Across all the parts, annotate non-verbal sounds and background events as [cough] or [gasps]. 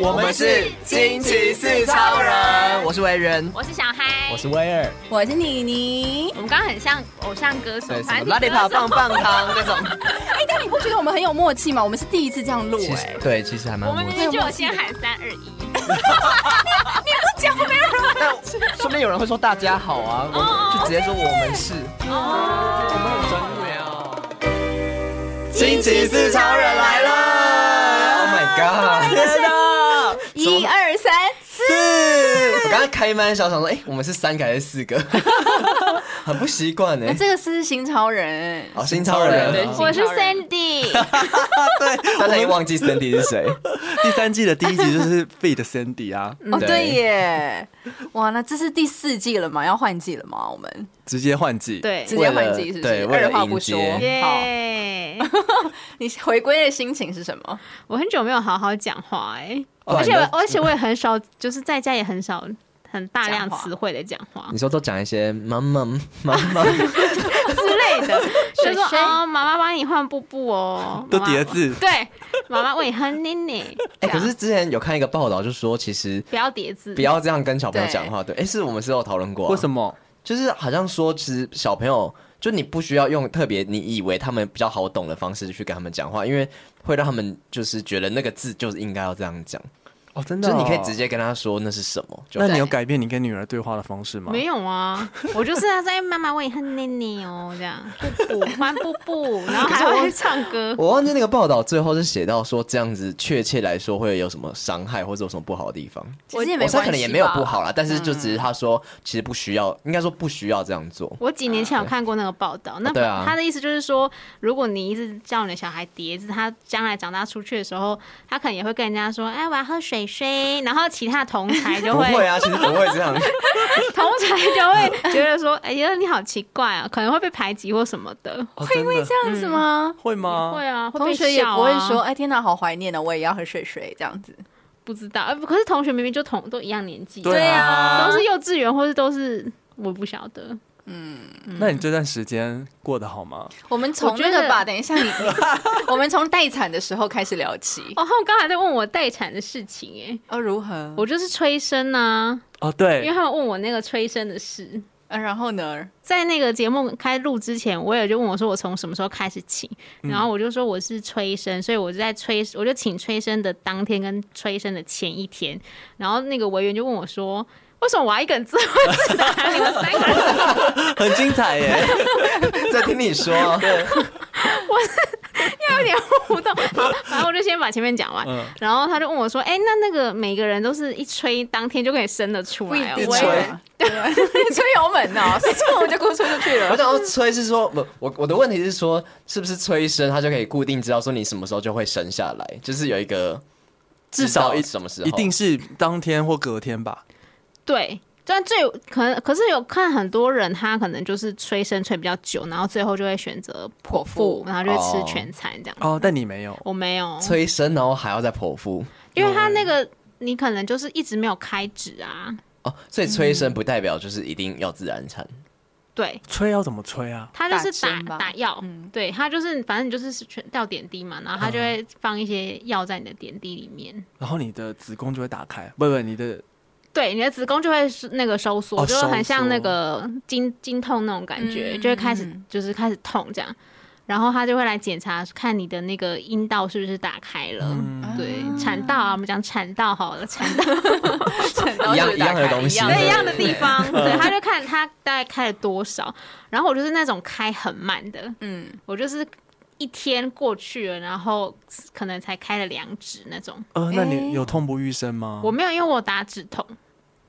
我们是惊奇四超人，我是维人，我是小嗨，我是威尔，我是妮妮我。们刚刚很像偶像歌手对，，什反么正拉力跑棒棒糖那种，哎、但你不觉得我们很有默契吗？我们是第一次这样录、 [laughs] 其哎实，对，其实还蛮我们默明契。明就有先喊三二一，但说不定有人会说大家好啊，我们就直接说我们是，我们很专业哦。惊奇四超人来了！Oh my god！天 [laughs] 哪， [laughs] 一二三，四！我刚刚开麦的时候想说，哎、我们是三个还是四个？ [laughs] 很不习惯哎、哎。这个是新超人，哦，新超人，对我是新超人 Sandy，[laughs] [laughs] 大家也忘记 Sandy 是谁。第三季的第一集就是 Feed Sandy 啊，哦，对对耶，哇，那这是第四季了吗？要换季了吗？我们直接换季。，对直接换季是不对是？哎为了二话不说迎接， [laughs] 好，耶！你回归的心情是什么？我很久没有好好讲话哎，哦而且你我都而且我也很少，就是在家也很少很大量讲话词汇的讲话你说都讲一些妈妈妈 [laughs] 妈，啊之类的，就说水水哦，妈妈帮你换布布哦，都妈妈叠字对，妈妈喂你喝奶奶，哎、这可样是之前有看一个报道，就说其实不要叠字，不要这样跟小朋友讲话。对，哎、是我们是有讨论过、为什么？么？就是好像说，其实小朋友就你不需要用特别你以为他们比较好懂的方式去跟他们讲话，因为会让他们就是觉得那个字就是应该要这样讲，哦，真就的是哦，你可以直接跟他说那是什么。就那你对有改变你跟女儿对话的方式吗？没有 [laughs] 啊，我就是要在妈妈喂你喝奶奶哦，这样布布欢布 [laughs] 布，然后还会唱歌。我忘记那个报道最后是写到说这样子，确切来说会有什么伤害或者有什么不好的地方。其实也我没猜关系，可能也没有不。好啦，但是就只是他说其实不需要，应该说不需要这样做。我几年前有看过那个报道，那对啊他的意思就是说，如果你一直叫你的小孩叠字，他将来长大出去的时候，他可能也会跟人家说：“哎，我要喝水水。”然后其他同才就不会，会啊，其实不会这样。同才就会 [laughs] 觉得说：“哎呀，你好奇怪啊，可能会被排挤或什么的。哦，会因为这 [laughs] 这样子吗？会吗？会啊，会被哦同学也笑啊嗯不会说，哎、天哪，好怀念哦，我也要喝水水这样子。不知道。哎可是同学明明就同都一样年纪，对啊都是幼稚园或是都是我不晓得。那嗯你这段时间过得好吗？我们从我觉那得个吧，等一下 [laughs] 你，我们从待产的时候开始聊起。 [laughs] 哦，他们刚才在问我待产的事情、哎，哦，如何？我就是催生啊，哦，因为嗯对，他们问我那个催生的事。呃，然后呢？在那个节目开录之前，我也就问我说我从什么时候开始请，嗯然后我就说我是催生，所以我就在催，我就请催生的当天跟催生的前一天，然后那个委员就问我说，为什么我要一个人自问自答？ [laughs] 你们三个人很精彩耶。在听你说，啊有点互动。好，反正我就先把前面讲完。嗯然后他就问我说：“哎、那那个每个人都是一吹当天就可以生得出不一来、哦？”定我吹也啊，对， [laughs] 你吹油门呢，谁吹我就给我吹出去我 [laughs] 了。想要催是说，不，我我的问题是说，是不是催生他就可以固定知道说你什么时候就会生下来，就是有一个至少知一道什么时候一定是当天或隔天吧。对。但最可能，可是有看很多人，他可能就是催生催比较久，然后最后就会选择泼腹妇，然后就会哦吃全餐这样。哦，但你没有。我没有，催生，然后还要再剖腹因为他那个你可能就是一直没有开指啊，哦，所以催生不代表就是一定要自然产。对，吹要怎么吹啊？他就是打打针吧嗯打药，对他就是反正你就是全吊点滴嘛，然后他就会放一些药在你的点滴里面。然后你的子宫就会打开，不不，你的对，你的子宫就会是那个收缩，哦就会很收缩像那个经经痛那种感觉，嗯就会开始嗯就是开始痛这样。然后他就会来检查，看你的那个阴道是不是打开了。嗯对，产道啊，我们讲产道好了，产 [laughs] 道一样一样的东西对在一样的方。地方，对，他就看他大概开了多少。然后我就是那种开很慢的，嗯，我就是一天过去了，然后可能才开了两指那种。呃，那哎你有痛不欲生吗？我没有，因为我打止痛，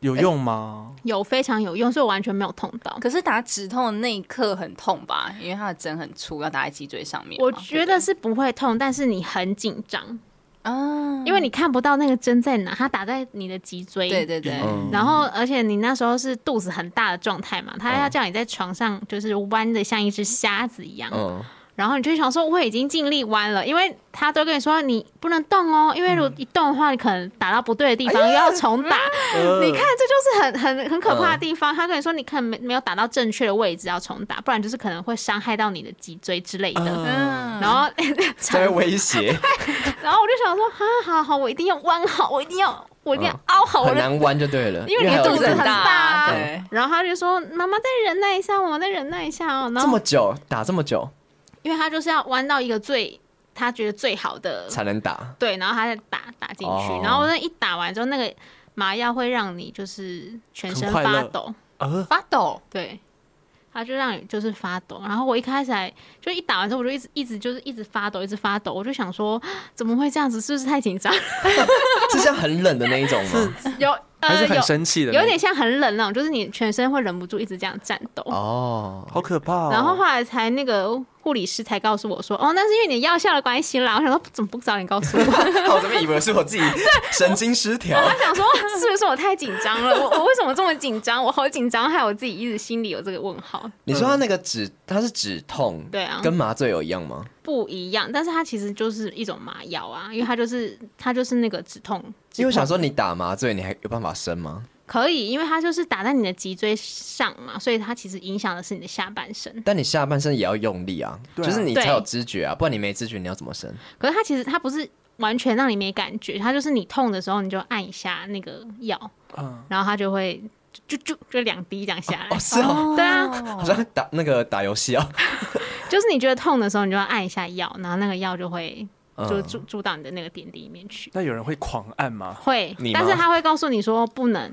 有用吗？有非常有用，所以我完全没有痛到。可是打止痛的那一刻很痛吧？因为它的针很粗，要打在脊椎上面嘛。我觉得是不会痛，但是你很紧张，啊，因为你看不到那个针在哪，它打在你的脊椎。对。对对，嗯，然后，而且你那时候是肚子很大的状态嘛，他要叫你在床上就是弯的像一只虾子一样，嗯，然后你就会想说我已经尽力弯了，因为他都跟你说你不能动哦，因为如果一动的话，你可能打到不对的地方、哎又要重打。嗯 [laughs] 你看，这就是很很很可怕的地方。他跟你说你可能没没有打到正确的位置要重打，不然就是可能会伤害到你的脊椎之类的。 [laughs] 嗯，然后，在威 [laughs] 啊胁，然后我就想说，啊，好好，我一定要弯好，我一定要，我一嗯定要凹好我很的难弯就对了，因为你还的有肚子很大啊对，然后他就说：“妈妈再忍耐一下，我们再忍耐一下哦。”然这后么，久打这么久因为他就是要弯到一个最他觉得最好的，才能打，对，然后他再打打进去哦，然后那一打完之后，那个麻药会让你就是全身很快乐发抖，呃，发抖，对，他就让你就是发抖。然后我一开始还就一打完之后，我就一直一直就是一直发抖，一直发抖，我就想说 [gasps] 怎么会这样子？是不是太紧张？ [laughs] 是像很冷的那一种吗？有还呃是有很生气的那种，有点像很冷那种，就是你全身会忍不住一直这样颤抖。哦，好可怕哦。然后后来才那个护理师才告诉我说，哦，那是因为你药效的关系啦。我想说，怎么不早点告诉我？ [laughs] 我我怎么以为是 [laughs] 我自己神经失 [laughs] 调？想说，是不是我太紧张了？我我为什么这么紧张？我好紧张，害我自己一直心里有这个问号。你说他那个止，他是止痛，对啊跟麻醉有一样吗？不一样，但是它其实就是一种麻药啊，因为它就是它就是那个止痛，因为我想说你打麻醉，你还有办法生吗？可以，因为它就是打在你的脊椎上嘛，所以它其实影响的是你的下半身。但你下半身也要用力啊，对啊就是你才有知觉啊，不然你没知觉你要怎么生？可是它其实它不是完全让你没感觉，它就是你痛的时候你就按一下那个药，嗯，然后它就会就就就就两滴这样下来。哦，是哦，对啊，好像打那个打游戏啊，就是你觉得痛的时候，你就要按一下药，然后那个药就会 [laughs] 就嗯注注到你的那个点滴里面去。那有人会狂按吗？会你，吗但是他会告诉你说不能，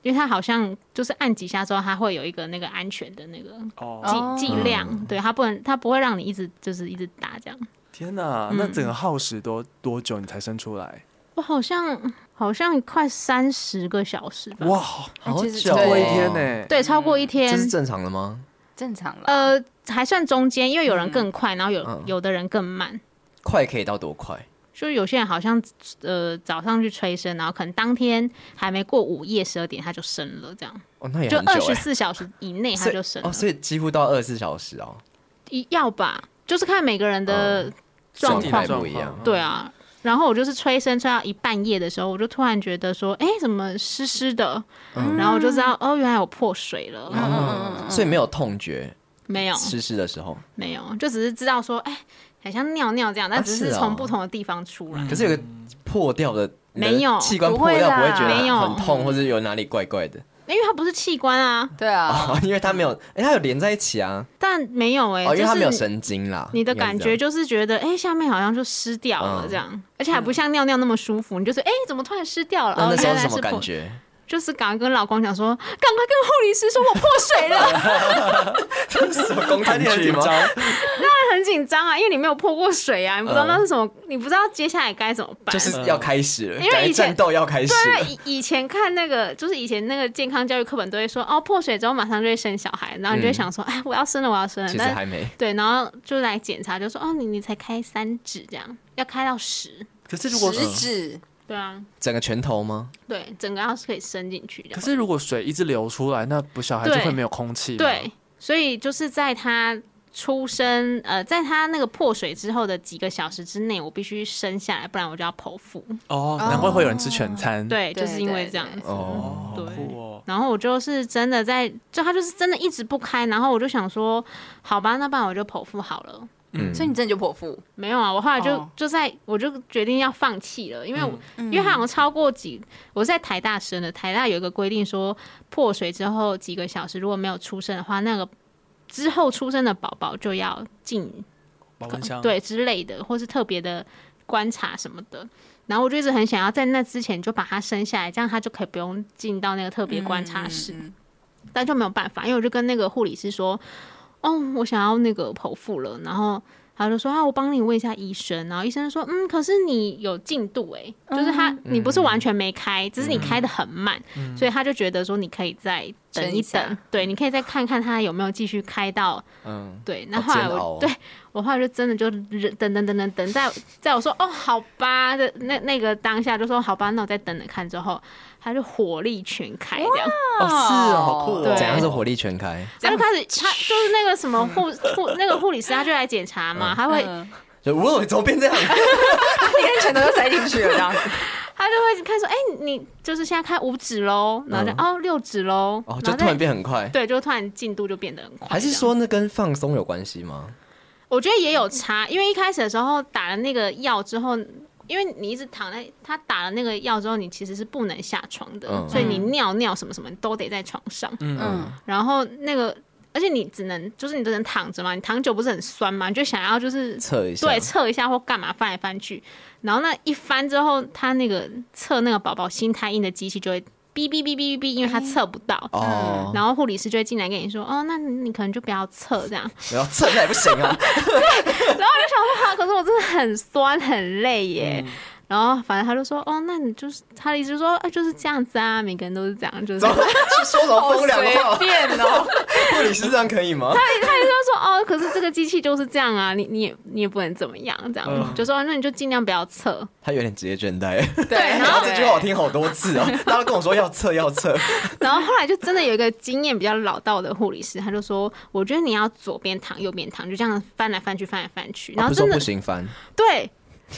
因为他好像就是按几下之后，他会有一个那个安全的那个哦，哦剂剂量，对他不能，他不会让你一直就是一直打这样。天哪！嗯那整个耗时多多久你才生出来？我好像好像快三十个小时吧，哇，好其实久哦超过一天呢。，对，超过一这天是，正常的吗？正常了。呃，还算中间，因为有人更快，然后有嗯有的人更慢。快可以到多快？就是有些人好像呃早上去催生，然后可能当天还没过午夜十二点他就生了，这样哦，那也就很二久十哎，四小时以内他所以就生了哦，，所以几乎到二十四小时哦，一要吧，就是看每个人嗯的状身体况，不一样状况对啊。然后我就是催生催到一半夜的时候，我就突然觉得说，哎，怎么湿湿的？嗯然后我就知道，哦，原来我破水了。所以没有痛觉，嗯没有，湿湿的时候。没有，就只是知道说，哎，很像尿尿这样，但啊只是是哦嗯从不同的地方出来。可是有个破掉的，你的没有器官破掉不不会会啦觉得没有很嗯痛，或者有哪里怪怪的因为它不是器官啊，对啊， [laughs] 哦，因为它没有，哎，它有连在一起啊，但没有哎、哦，因为它没有就是神经啦。你的应该是感这觉样就是觉得，哎、下面好像就湿掉了嗯这样，而且还不像尿尿那么舒服，你就是，哎、怎么突然湿掉了？那哦，那时候原是什来是么感破， [laughs] 觉？就是赶快跟老公讲说，赶快跟护理师说我破 [laughs] 水了，什么 [laughs] 宫他廷你很剧紧吗？张，很紧张啊，因为你没有破过水啊，你不知道那是什么，你不知道接下来该怎么办。嗯就是要开始了，因为感觉以前战斗要开始对，因了。为以以前看那个，就是以前那个健康教育课本都会说，哦，破水之后马上就会生小孩，然后你就会想说，哎、我要生了，我要生了。嗯其实但还没，对，然后就来检查，就说，哦，你你才开三指这样，要开到十。可是如果嗯嗯食指对啊，整个拳头吗？对，整个要是可以伸进去这可样。是如果水一直流出来，那不小孩就对会没有空气吗。对，所以就是在他出生，呃，在他那个破水之后的几个小时之内，我必须生下来，不然我就要剖腹。哦，难怪会有人吃全餐。，对，对就是因为这样对子。哦，对酷哦。然后我就是真的在，就他就是真的一直不开，然后我就想说，好吧，那不然我就剖腹好了。嗯所以你真的就剖腹，没有啊，我后来就、哦嗯就在我就决定要放弃了，因为我、因为他好像超过几，我是在台大生的，台大有一个规定说，破水之后几个小时如果没有出生的话，那个之后出生的宝宝就要进保温哦箱，对之类的，或是特别的观察什么的。然后我就一直很想要在那之前就把他生下来，这样他就可以不用进到那个特别观察室，嗯嗯嗯但就没有办法，因为我就跟那个护理师说，哦，我想要那个剖腹了，然后。他就说啊，我帮你问一下医生，然后医生就说，嗯，可是你有进度欸诶、嗯嗯就是他、你不是完全没开，只是你开的很慢，所以他就觉得说你可以再等一撑一等下，对，你可以再看看他有没有继续开到嗯，对。那好后来煎我、熬哦对我后来就真的就忍等等等等等，在在我说哦好吧的那那个当下就说好吧，那我再等等看之后，他就火力全开这样。哦，是哦，好酷哦对怎样是火力全开？他就开始，他就是那个什 [laughs] 么护护那个护理师，他就来检查嘛，他会嗯就我怎么怎么变这样？你看拳头都塞进去了，这样子。他就会看说，哎、你就是现在看五指喽，然后就、哦六指喽，嗯哦，就然后突然再变很快，对，就突然进度就变得很快。还是说那跟放松有关系吗？我觉得也有差，因为一开始的时候打了那个药之后，因为你一直躺在他打了那个药之后，你其实是不能下床的，嗯所以你尿尿什么什么都得在床上。嗯，然后那个，而且你只能就是你只能躺着嘛，你躺久不是很酸嘛，你就想要就是测一下，对测一下或干嘛翻来翻去。然后那一翻之后，他那个测那个宝宝心太硬的机器就会哔哔哔哔哔哔，因为他测不到。哦，然后护理师就会进来跟你说，哦，那你可能就不要测这样。 [laughs] 然后测那也不行啊，啊，可是我真的很酸很累耶。然后反正他就说，哦，那你就是他的意思就是说，啊，就是这样子啊，每个人都是这样，就是怎他么去说什么好风凉随话？便哦， [laughs] 护理师这样可以吗？就说，哦，可是这个机器就是这样啊，你你也你也不能怎么样，这样、嗯就说，哦那你就尽量不要测。他有点职业倦怠， [laughs] 对，然然后后这句话我听好多次哦，大家都跟我说要测要测， [laughs] 然后后来就真的有一个经验比较老道的护理师，他就说，我觉得你要左边躺右边躺，就这样翻来翻去翻来翻去，然后真的、行翻，对。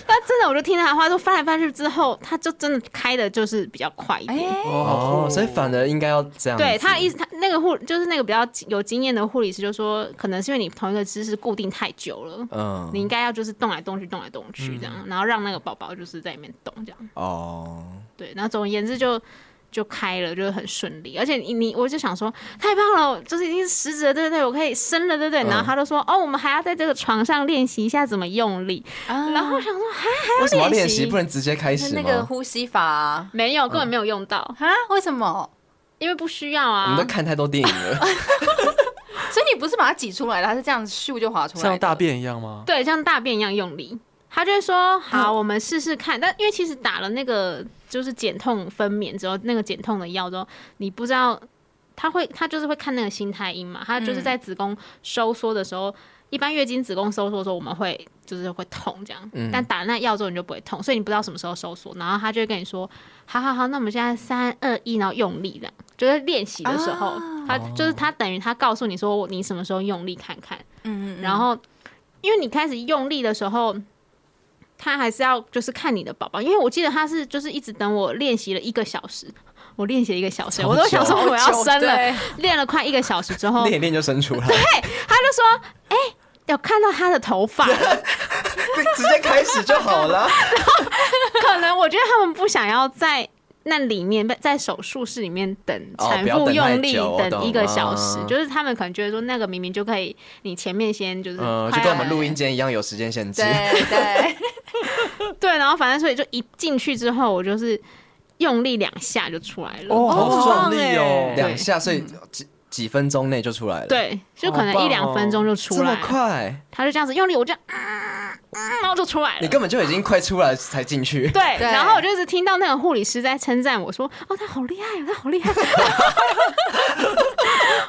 但真的，我就听他的话，说翻来翻去之后，他就真的开的就是比较快一点。哎，哦，好酷哦，所以反而应该要这样子，对他的意思，他那个护就是那个比较有经验的护理师就说，可能是因为你同一个姿势固定太久了，嗯你应该要就是动来动去，动来动去这样，然后让那个宝宝就是在里面动这样。哦，对，然后总而言之就就开了，就是很顺利。而且你你我就想说，太棒了，就是已经十指了，对不对？我可以伸了，对嗯不对？然后他就说，哦，我们还要在这个床上练习一下怎么用力。啊然后我想说，哈，为什么要练练习习不能直接开始那吗？个呼吸法啊，没有，根本没有用到，啊为什么？因为不需要嗯我们都啊。看太多电影了，所以你不是把它挤出来的，它是这样咻就滑出来的，像大便一样吗？对，像大便一样用力。他就会说：“好，我们试试看。”但因为其实打了那个就是减痛分娩之后，那个减痛的药之后，你不知道他会，他就是会看那个心态音嘛。他就是在子宫收缩的时候，一般月经子宫收缩的时候，我们会就是会痛这样。但打了那药之后，你就不会痛，所以你不知道什么时候收缩。然后他就会跟你说：“好好好，那我们现在三二一，然后用力的，就是练习的时候，啊他就是他等于他告诉你说我你什么时候用力看看。”嗯，嗯嗯，然后因为你开始用力的时候，他还是要就是看你的宝宝，因为我记得他是就是一直等我练习了一个小时， [laughs] 我练习了一个小时，超我都想久说我要生了，对练了快一个小时之后，练一练就生出来，哎有看到他的头发， [laughs] 直接开始就好了。可能我觉得他们不想要在。那里面在手术室里面等哦产不要妇等太用力久我等一个懂小时，啊就是他们可能觉得说那个明明就可以，你前面先就是嗯，快就跟我们要录音间一样有时间限制。对对，对，然后反正所以就一进去之后，我就是用力两下就出来了。哦，好爽爽利利哦哦，两下，所以几几分钟内就出来了，，欸嗯对，就可能好一棒哦两分钟就出这来么了，快，他就这样子用力，我就、嗯嗯，然后就出来你了。根本就已经快出来才进去，对，对？然后我就一直听到那个护理师在称赞我说：“哦，他好厉害哦，他好厉害！” [laughs] 我那时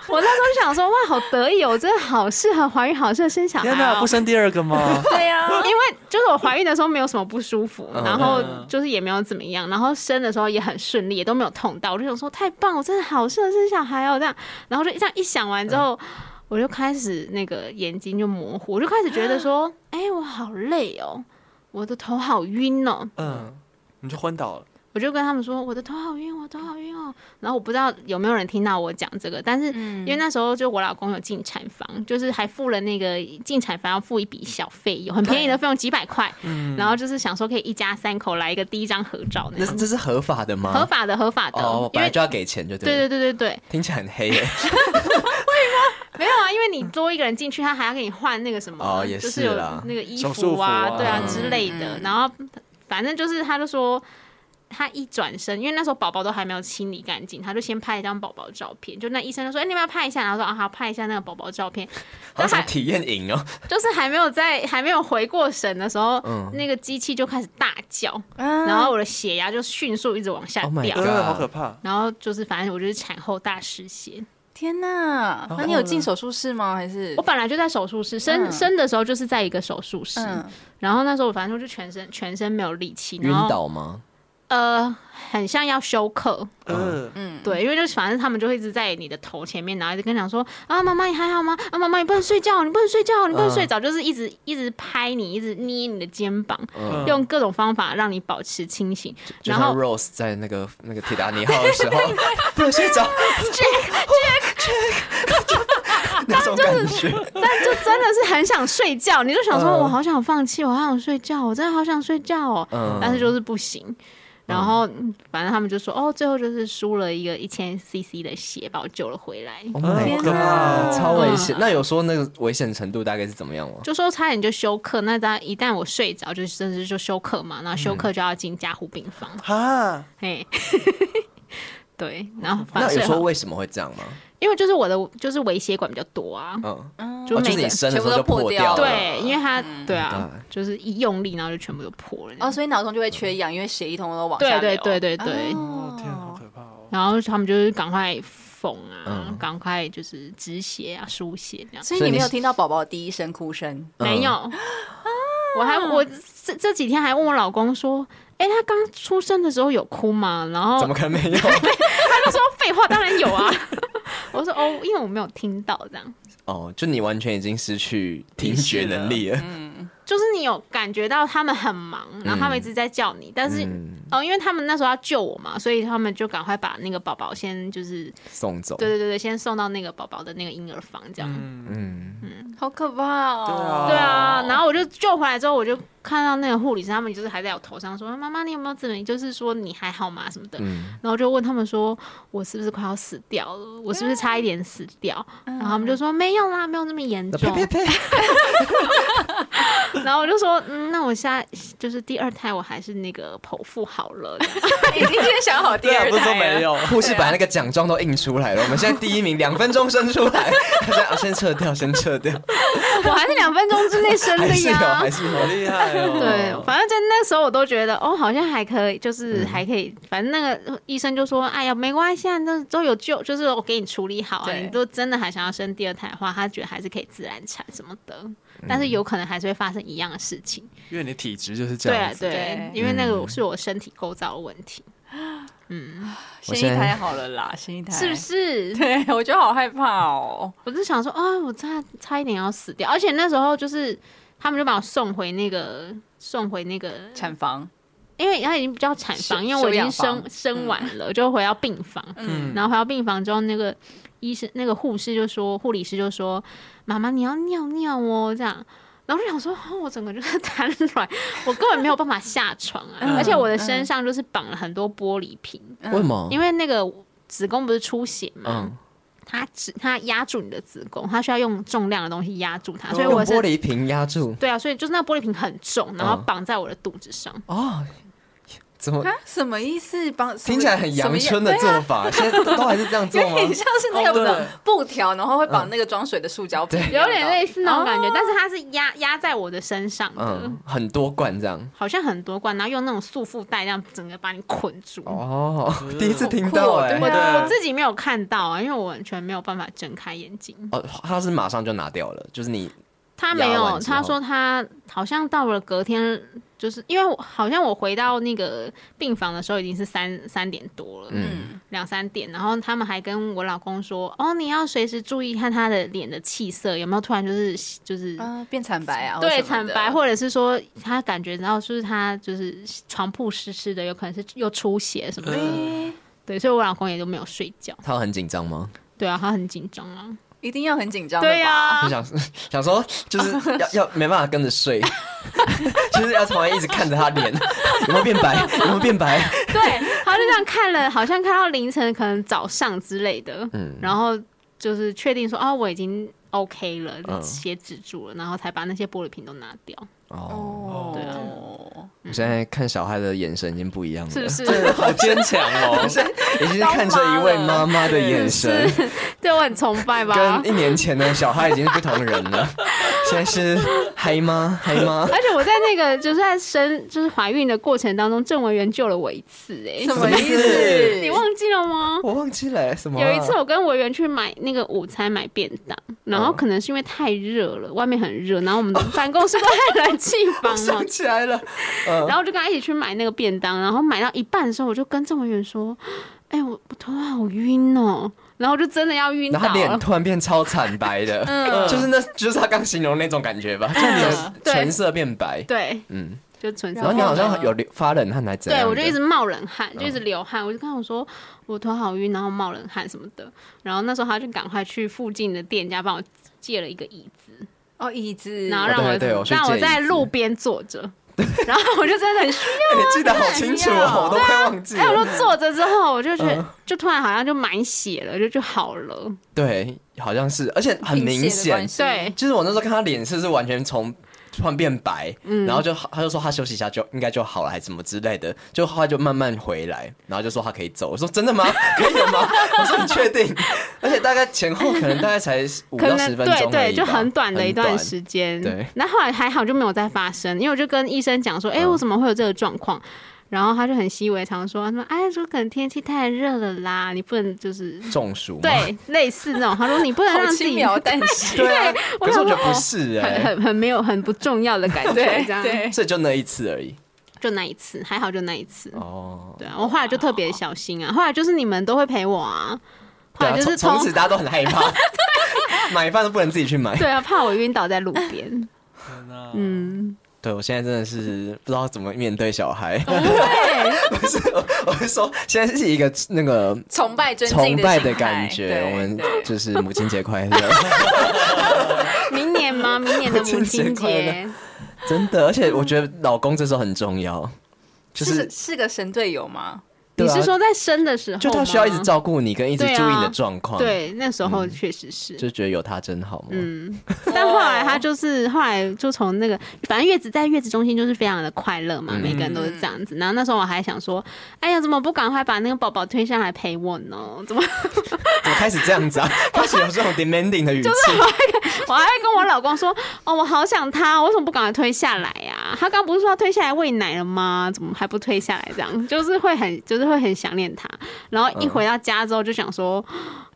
候就想说：“哇，好得意哦，真的好适合怀孕，好适合生小孩、天哪，哦不。生第二个吗 [laughs] [laughs] 对啊呀，因为就是我怀孕的时候没有什么不舒服，嗯然后嗯就是也没有怎么样，然后生的时候也很顺利，也都没有痛到。我就想说太棒，我真的好适合生小孩哦，这样。然后就这样一想完之后，嗯我就开始那个眼睛就模糊，我就开始觉得说，哎、我好累哦，我的头好晕哦。嗯，你就昏倒了。我就跟他们说，我的头好晕，我头好晕哦。然后我不知道有没有人听到我讲这个，但是因为那时候就我老公有进产房，就是还付了那个进产房要付一笔小费用，很便宜的费用几百块。然后就是想说可以一家三口来一个第一张合照嗯那那种，这是合法的吗？合法的合法的，哦，本因来为就要给钱，就对了对对对对，听起来很黑 [laughs] 耶，没有啊，因为你多一个人进去，他还要给你换那个什么，嗯哦也就是是有啦那个衣手术服服啊，啊对啊嗯之类的。嗯然后反正就是他就说，他一转身，因为那时候宝宝都还没有清理干净，他就先拍一张宝宝照片。就那医生就说：“哎、你要不要拍一下？”然后说：“啊，好，拍一下那个宝宝照片。 [laughs] 好像什么体验营哦，”就是还没有在还没有回过神的时候，那个机器就开始大叫，然后我的血压就迅速一直往下嗯 Oh my 掉。 God 呃，好可怕。然后就是，反正我就是产后大失血。天哪！哦那你有进手术室吗？还是我本来就在手术室生、嗯生的时候，就是在一个手术室。嗯，然后那时候我反正就全身全身没有力气，晕然后倒吗？呃，很像要休克，呃，嗯，对，因为就是反正他们就会一直在你的头前面，然后一直跟你讲说啊，妈妈你还好吗？啊，妈妈你不能睡觉，你不能睡觉，你不能嗯睡着，就是一直一直拍你，一直捏你的肩膀，嗯，用各种方法让你保持清醒。就然后像 Rose 在那个那个铁达尼号的 [laughs] 时候，不能睡着，Jack Jack Jack，那种感 [laughs] 觉，但就真的是很想睡觉，你就想说嗯我好想放弃，我好想睡觉，我真的好想睡觉哦，嗯但是就是不行。然后，嗯反正他们就说，哦，最后就是输了一个一千 CC 的血，把我救了回来。 Oh [laughs] 呃 my 好 god，可怕。啊超危嗯险。那有说那个危险程度大概是怎么样吗？就说差点就休克，那大家一旦我睡着，就是甚至就休克嘛，嗯然后休克就要进加护病房，哈，嘿， [laughs] 对，然后反那正有说为什么会这样吗？因为就是我的就是微血管比较多啊，嗯，就哦，每就是个、你生的时候就全部都破破掉掉了，了对，因为它、对啊明白，就是一用力，然后就全部都破了。哦，所以脑中就会缺氧，因为血一通都往对下对流对对对，哦天啊，好可怕哦。然后他们就是赶快缝啊嗯，赶、快就是止血啊、输血这样。所以所以你你没有是听到宝宝的第一声哭声，嗯没有，啊我还我这这几天还问我老公说，哎、他刚出生的时候有哭吗？然后怎么可能没有？他就说废话，当然有 [laughs] 啊。 [laughs] 我说哦，因为我没有听到这样，哦，就你完全已经失去听觉能力了。嗯就是你有感觉到他们很忙，然后他们一直在叫你，但是、嗯，哦，因为他们那时候要救我嘛，所以他们就赶快把那个宝宝先就是送走。对对对对，先送到那个宝宝的那个婴儿房这样。嗯，嗯，好可怕哦！对啊对啊，然后我就救回来之后，我就看到那个护理师，他们就是还在我头上说：“妈妈，你有没有怎么？就是说你还好吗？什么的。嗯然后我就问他们说：“我是不是快要死掉了？我是不是差一点死掉？”然后他们就说：“没有啦，没有那么严那重。”呸呸呸！ [laughs] 然后我就说，嗯，那我下就是第二胎，我还是那个剖腹好了。 [laughs] 已经先想好第对啊，二不是说胎没了。有，护士把那个奖状都印出来了，我们现在第一名，两分钟生出 [laughs] 来，他说啊先撤掉，先撤掉，我还是两分钟之内生还的是有，呀还。是有 [laughs] 好。厉害哦。对，反正在那时候我都觉得，哦，好像还可以，就是还可以。反正那个医生就说，哎呀，没关系啊，那都有救，就是我给你处理好啊。对你都真的还想要生第二胎的话，他觉得还是可以自然产什么的，但是有可能还是会发生一样的事情。因为你体质就是这对样啊，子。对对，因为那个是我身体构造的问题，我生现在一胎好了啦，生一胎是不？是？对，我觉得好害怕哦。我就想说，啊、我差差一点要死掉，而且那时候就是他们就把我送回那个送回那个，产房，因为他已经比较产房，休因为我已休经养生房嗯生完了，就回到病房。嗯然后回到病房之后，那个医生、那个护士就说，护理师就说：“妈妈，你要尿尿哦。”这样。然后就想说，哦，我整个就是瘫软，我根本没有办法下床嗯啊！而且我的身上就是绑了很多玻璃瓶，为什嗯么？嗯因为那个子宫不是出血嘛，嗯，它只它压住你的子宫，它需要用重量的东西压住哦啊它，所以用我是玻璃瓶压住对啊，所以就是那玻璃瓶很重，然后嗯绑在我的肚子上。哦，怎么啊，什么意思？帮听起来很阳春的做法？现在啊都还是这样做 [laughs] 吗？很像是那哦个对布条，然后会绑那个装水的塑胶瓶，有点类似。似那种感觉，哦但是它是压压在我的身上的，嗯，很多罐这样。好像很多罐，然后用那种束缚带这样整个把你捆住。哦，嗯第一次听到好酷哦哎、我对啊我自己没有看到啊，因为我完全没有办法睁开眼睛。哦，他是马上就拿掉了，就是你他没压有，完之后他说他好像到了隔天，就是因为我好像我回到那个病房的时候已经是三三点多了，嗯两三点，然后他们还跟我老公说，哦，你要随时注意看他的脸的气色有没有突然就是就是。啊，变惨白啊？对，或什惨么的白，或者是说他感觉到就是他就是床铺湿湿的，有可能是又出血什么的，嗯诶对，所以我老公也就没有睡觉，他很紧张吗？对啊，他很紧张啊，一定要很紧张的吧。对啊就，想 [laughs] 想说，就是要 [laughs] 要没办法跟着睡，就是要从来一直看着他脸，有没有变白，有没有变 [laughs] 白？对，他就这样看了，好像看到凌晨，可能早上之类的，嗯然后就是确定说，哦，我已经 OK 了，嗯血止住了，然后才把那些玻璃瓶都拿掉。哦，哦，对啊啊，我现在看小孩的眼神已经不一样了，是不是？真的好坚强 [laughs] 哦！已经是看着一位妈妈的眼神， [laughs] 对我很崇拜吧跟？一年前的小孩已经是不同人 [laughs] 了。现在是嗨妈嗨妈，而且我在那个就是在生就是怀孕的过程当中，郑文元救了我一次、哎，什么意思你忘记了吗？我忘记了什么啊、有一次我跟委员去买那个午餐买便当，然嗯后可能是因为太热了，外面很热，然后我们的办公室都在冷气 [laughs] 房嘛想，起来了，嗯然后我就跟他一起去买那个便当，然后买到一半的时候，我就跟郑委员说：“哎、我我头好晕哦。”然后我就真的要晕然倒后他脸了。突然变超惨白的，嗯就是那就是他刚形容那种感觉吧，就你的嗯对唇色变白，对，嗯，就纯色然后你好然后像呢有流发冷汗还怎样对的？哎我就一直冒冷汗，就一直流汗。我就跟他说我头好晕，然后冒冷汗什么的。然后那时候他就赶快去附近的店家帮我借了一个椅子。哦，椅子，然后 [laughs] 让我哦对对我去让我借椅在子路边坐着，然后我就真的很虚，哎你记得好清楚哦，我都快忘记哎，我了。嗯就坐着之后，我就觉得就突然好像就满血了，就就好了，对，好像是，而且很明贫血的显关，系对，就是我那时候看他脸色是完全从突然变白，嗯然后就他就说他休息一下就应该就好了，还怎么之类的，就后来就慢慢回来，然后就说他可以走。我说真的 [laughs] 吗？可以了吗？我说你确定？而且大概前后可能大概才五可到能十分钟而已对吧，对，就很短的一段很时间。对，那后来还好就没有再发生，因为我就跟医生讲说，哎、嗯我怎么会有这个状况？然后他就很习以为常说，他说，哎，说可能天气太热了啦，你不能就是。中暑吗。 [laughs] 对，类似那种，他说你不能好让自轻己描淡 [laughs] 写，对啊，我可是我觉想得说不是哎、 [laughs] 很很很没有很不重要的感觉，对这样对，所以就那一次而已。就那一次，还好就那一次。哦，对啊，我后来就特别小心啊。后来就是你们都会陪我啊，后对来啊，就是从从从此大家都很害怕，买饭都不能自己去买。 [laughs] 对啊，怕我晕倒在路 [laughs] 边。天哪嗯，对，我现在真的是不知道怎么面对小孩。对， [laughs] 不是，我我是说，现在是一个那个崇拜尊敬崇拜的心态感觉。对我们对就是母亲节快乐， [laughs] 明年吗？明年的母母亲亲节快节乐，真的。而且我觉得老公这时候很重要，就是是是个神队友吗？你对啊是说在生的时候吗？就他需要一直照顾你，跟一直对啊注意你的状况。，对，那时候确实是。就觉得有他真好嘛。嗯，但后来他就是后来就从那个，反正月子在月子中心就是非常的快乐嗯嘛，每个人都是这样子。然后那时候我还想说，哎呀，怎么不赶快把那个宝宝推上来陪我呢？怎么怎么开始这样子啊？开始有这种 demanding 的语气。我还跟我老公说，哦，我好想他，我为什么不赶快推下来呀、他刚不是说要推下来喂奶了吗？怎么还不推下来？这样就是会很，就是会很想念他。然后一嗯回到家之后就想说，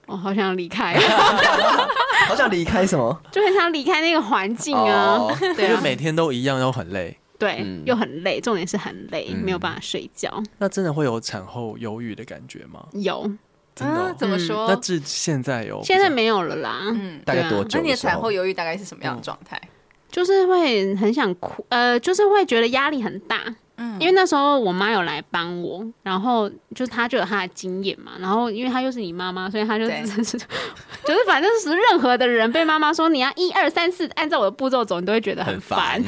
我、好想离开，啊好想离开什么？ [laughs] 就很想离开那个环境啊。哦对就啊，每天都一样，又很累。对，嗯又很累，重点是很累，嗯没有办法睡觉。那真的会有产后忧郁的感觉吗？有，真的啊哦。怎么说那？至现在有？现在没有了啦。嗯，大概多对久那你的的时产候后？忧郁大概是什么样的状态？就是会很想哭，呃，就是会觉得压力很大，嗯因为那时候我妈有来帮我，然后就她就有她的经验嘛，然后因为她又是你妈妈，所以她就对 [laughs] 就是反正是任何的人被妈妈说你要一二三四按照我的步骤走，你都会觉得很烦， [laughs]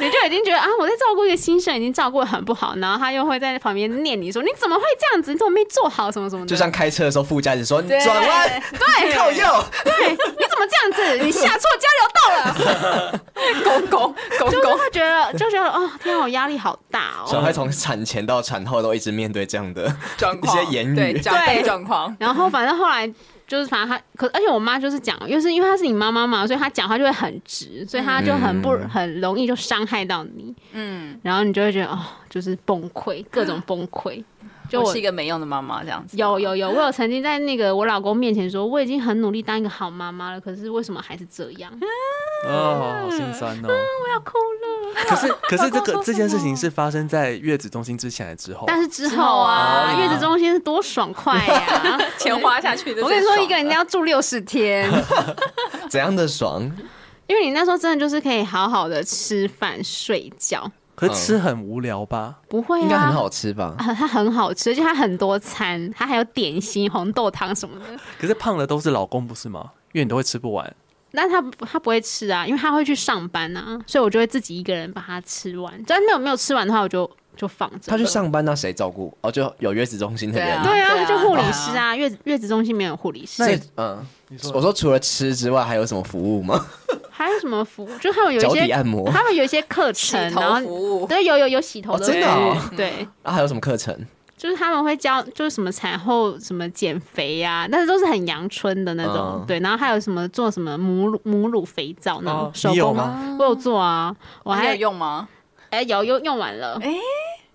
你就已经觉得啊我在照顾一个新生已经照顾的很不好，然后她又会在旁边念你说你怎么会这样子，你怎么没做好什么什么的，就像开车的时候，副驾驶说你对转弯，对靠右，对，你怎么这样子，你下错交流道了，公公公就是公，会觉得就觉得哦天啊我压力好大哦，小孩从产前到产后都一直面对这样的状 [laughs] 一况，些言对语，长辈对状况，然后反正后来就是，反正他可，而且我妈就是讲，又是因为她是你妈妈嘛，所以她讲话就会很直，所以她就很不、嗯很容易就伤害到你，嗯，然后你就会觉得哦，就是崩溃，各种崩溃。就 [laughs] 就我是一个没用的妈妈这样子。有有有，我有曾经在那个我老公面前说，我已经很努力当一个好妈妈了，可是为什么还是这样？哦，好心酸哦。我要哭了。 [laughs] 可是可是这老公个说这件事什情么是发生在月子中心之前还是之后？但是之之后后啊，啊月子中心是多爽快呀、钱花下去的。我跟你说，一个人要住六十天，怎样的爽？因为你那时候真的就是可以好好的吃饭睡觉，可是吃很无聊吧？不会啊，应该很好吃吧？啊，它很好吃，而且它很多餐，它还有点心、红豆汤什么的。可是胖的都是老公不是吗？因为你都会吃不完。但他不他不会吃啊，因为他会去上班啊，所以我就会自己一个人把它吃完。但没有没有吃完的话，我就就放着。他去，上班，那谁照顾？哦，就有月子中心的人。啊对啊，他对啊就护理师啊，月子月子中心没有护理师所，以嗯，你说我说除了吃之外，还有什么服务吗？还有什么服务？就他们有脚一底些，按摩他们有一些课程，洗然头后服务，对，有有有洗头哦的真的哦服务对，啊，还有什么课程？就是他们会教，就是什么产后什么减肥呀、但是都是很阳春的那种，嗯对。然后还有什么做什么母乳母乳肥皂那种、哦嗯手你有工啊吗我有做啊，我你有还用吗？哎、有用用完了，哎、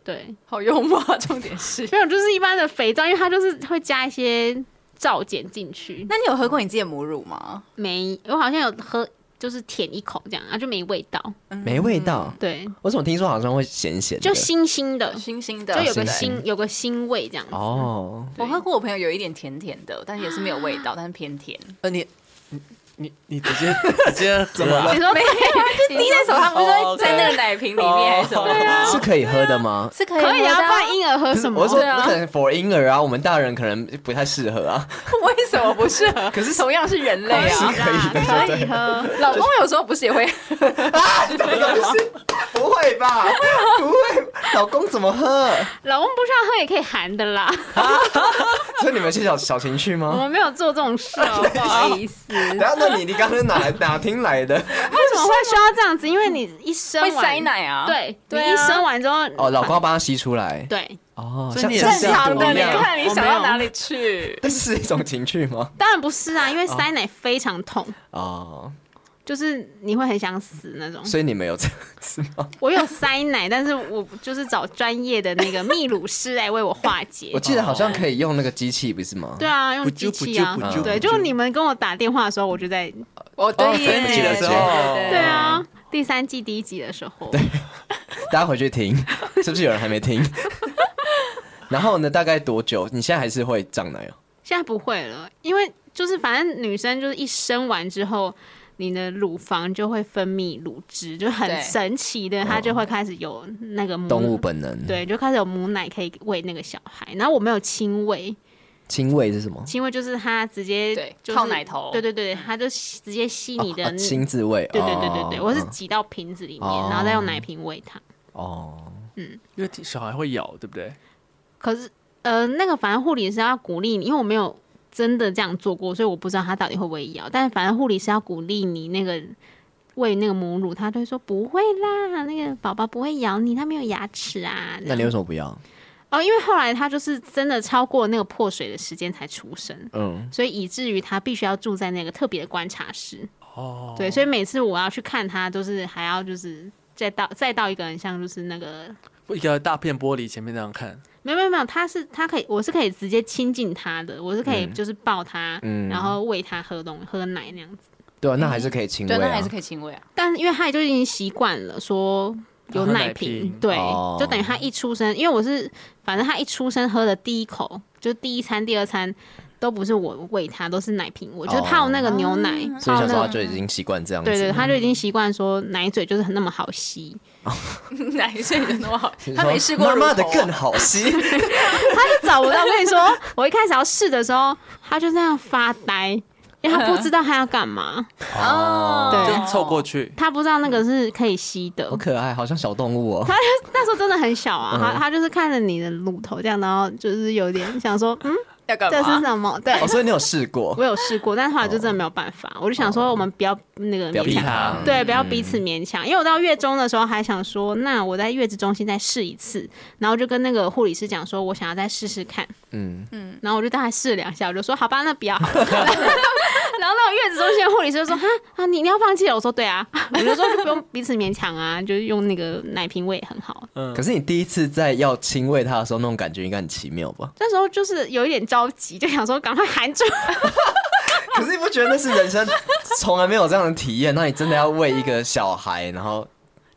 对，好用吗？ [laughs] 重点是，没有就是一般的肥皂，因为它就是会加一些皂碱进去，那你有喝过你自己的母乳吗？没我好像有喝。就是舔一口这样，然后啊就没味道，没味道。对，我怎么听说好像会咸咸的？就腥腥的，星星的，就有个腥腥，有个腥味这样子。哦，我喝过，我朋友有一点甜甜的，但是也是没有味道，但是偏 [laughs] 甜。那你你你直接直接怎么你？说没有，就啊 [laughs] 滴在手上，不是哦会，OK 在那个奶瓶里面还是什么对吗？是可以喝的吗？是可以可以啊，的不然婴儿喝什么？我是说啊对啊那可能 for 婴儿啊，我们大人可能不太适合啊。为什么不适合？可是同样是人类可啊以。啦，可以喝。老公有时候不是也 [laughs] 会， [laughs] 哎不会吧？不会，老公怎么喝？老公不需要喝也可以含的啦，所以你们是小小情趣我吗？们没有做这种事哦，不哎啊 [laughs] 好意思。等下，那你你刚刚哪来哪听来的？为什么会需要这样子？因为你一生会完塞，奶啊？，对，你对啊一生完之后，哦，老公要帮他吸出来。对，哦，所以像你也像正是下常毒的。一你样看你我想哦没有到哪里去？但是是一种情趣吗？当然不是啊，因为塞奶非常痛，哦，就是你会很想死那种。所以你们有这样子吗？我有塞奶，但是我就是找专业的那个泌乳师来为我化解 [laughs] 我。记得好像可以用那个机器，不是吗？对啊，用不机就不器就啊不，就对，不就就是你们跟我打电话的时候，我就在哦，哦对耶，分级的时候对对啊，第三季第一集的时候，大家回去听，是不是有人还没听？ [laughs] 然后呢？大概多久？你现在还是会胀奶哦？现在不会了，因为就是反正女生就是一生完之后，你的乳房就会分泌乳汁，就很对神奇的，它就会开始有那个母动物本能。，嗯对，就开始有母奶可以喂那个小孩。然后我没有亲喂，亲喂是什么？亲喂就是它直接对就是靠奶头对对对，它就吸直接吸你的。哦亲自喂。对对对对对，哦我是挤到瓶子里面，哦然后再用奶瓶喂它。哦，因为小孩会咬，对不对？可是呃，那个反正护理师要鼓励你，因为我没有真的这样做过，所以我不知道他到底会不会咬。但反正护理师要鼓励你那个喂那个母乳，他就会说不会啦，那个宝宝不会咬你，他没有牙齿啊。这那样你为什么不要？哦，因为后来他就是真的超过那个破水的时间才出生。嗯，所以以至于他必须要住在那个特别的观察室，哦，对，所以每次我要去看他，都是还要就是再到再到一个很像就是那个一个大片玻璃前面那样看，没有没有没有，他是他可以，我是可以直接亲近他的，我是可以就是抱他，嗯然后喂他喝东喝奶那样子。对啊，那还是可以亲喂对，啊。那还是可以亲喂啊。但是因为他就已经习惯了说有他喝奶奶瓶，瓶对，哦就等于他一出生，因为我是反正他一出生喝的第一口，就第一餐、第二餐都不是我喂他，都是奶瓶，我就是哦嗯泡那个牛奶，所以泡小那时候个他。就已经习惯这样子。对对，他就已经习惯说奶嘴就是很那么好吸， [laughs] 哪一岁人都好就是，说他没试过妈乳妈的头啊更好吸。 [laughs] 找不到。我跟你说，我一开始要试的时候，他就那样发呆，因为他不知道他要干嘛。哦，对就凑过去，他不知道那个是可以吸的好。可爱，好像小动 [laughs] 物哦。 [laughs] 那时候真的很小嗯啊，他他就是看着你的乳头这样，然后就是有点想说，嗯，要干这是嘛？什么？对哦，所以你有试过？我有试过，但是后来就真的没有办法，我就想说，我们不要那个哦不要勉逼强，他。嗯对，不要彼此勉强。因为我到月中的时候还想说，那我在月子中心再试一次，然后就跟那个护理师讲说，我想要再试试看。嗯，然后我就大概试了两下，我就说好吧，那不要好 [laughs] 了。然后那个月子中心的护理师就说：“哈啊，你你要放弃了？”我说：“对啊。” [laughs] 我就说就不用彼此勉强啊，就是用那个奶瓶喂也很好。嗯，可是你第一次在要亲喂他的时候，那种感觉应该很奇妙吧？ [laughs] 那时候就是有一点着急，就想说赶快含住。可是你不觉得那是人生从来没有这样的体验？那你真的要喂一个小孩，然后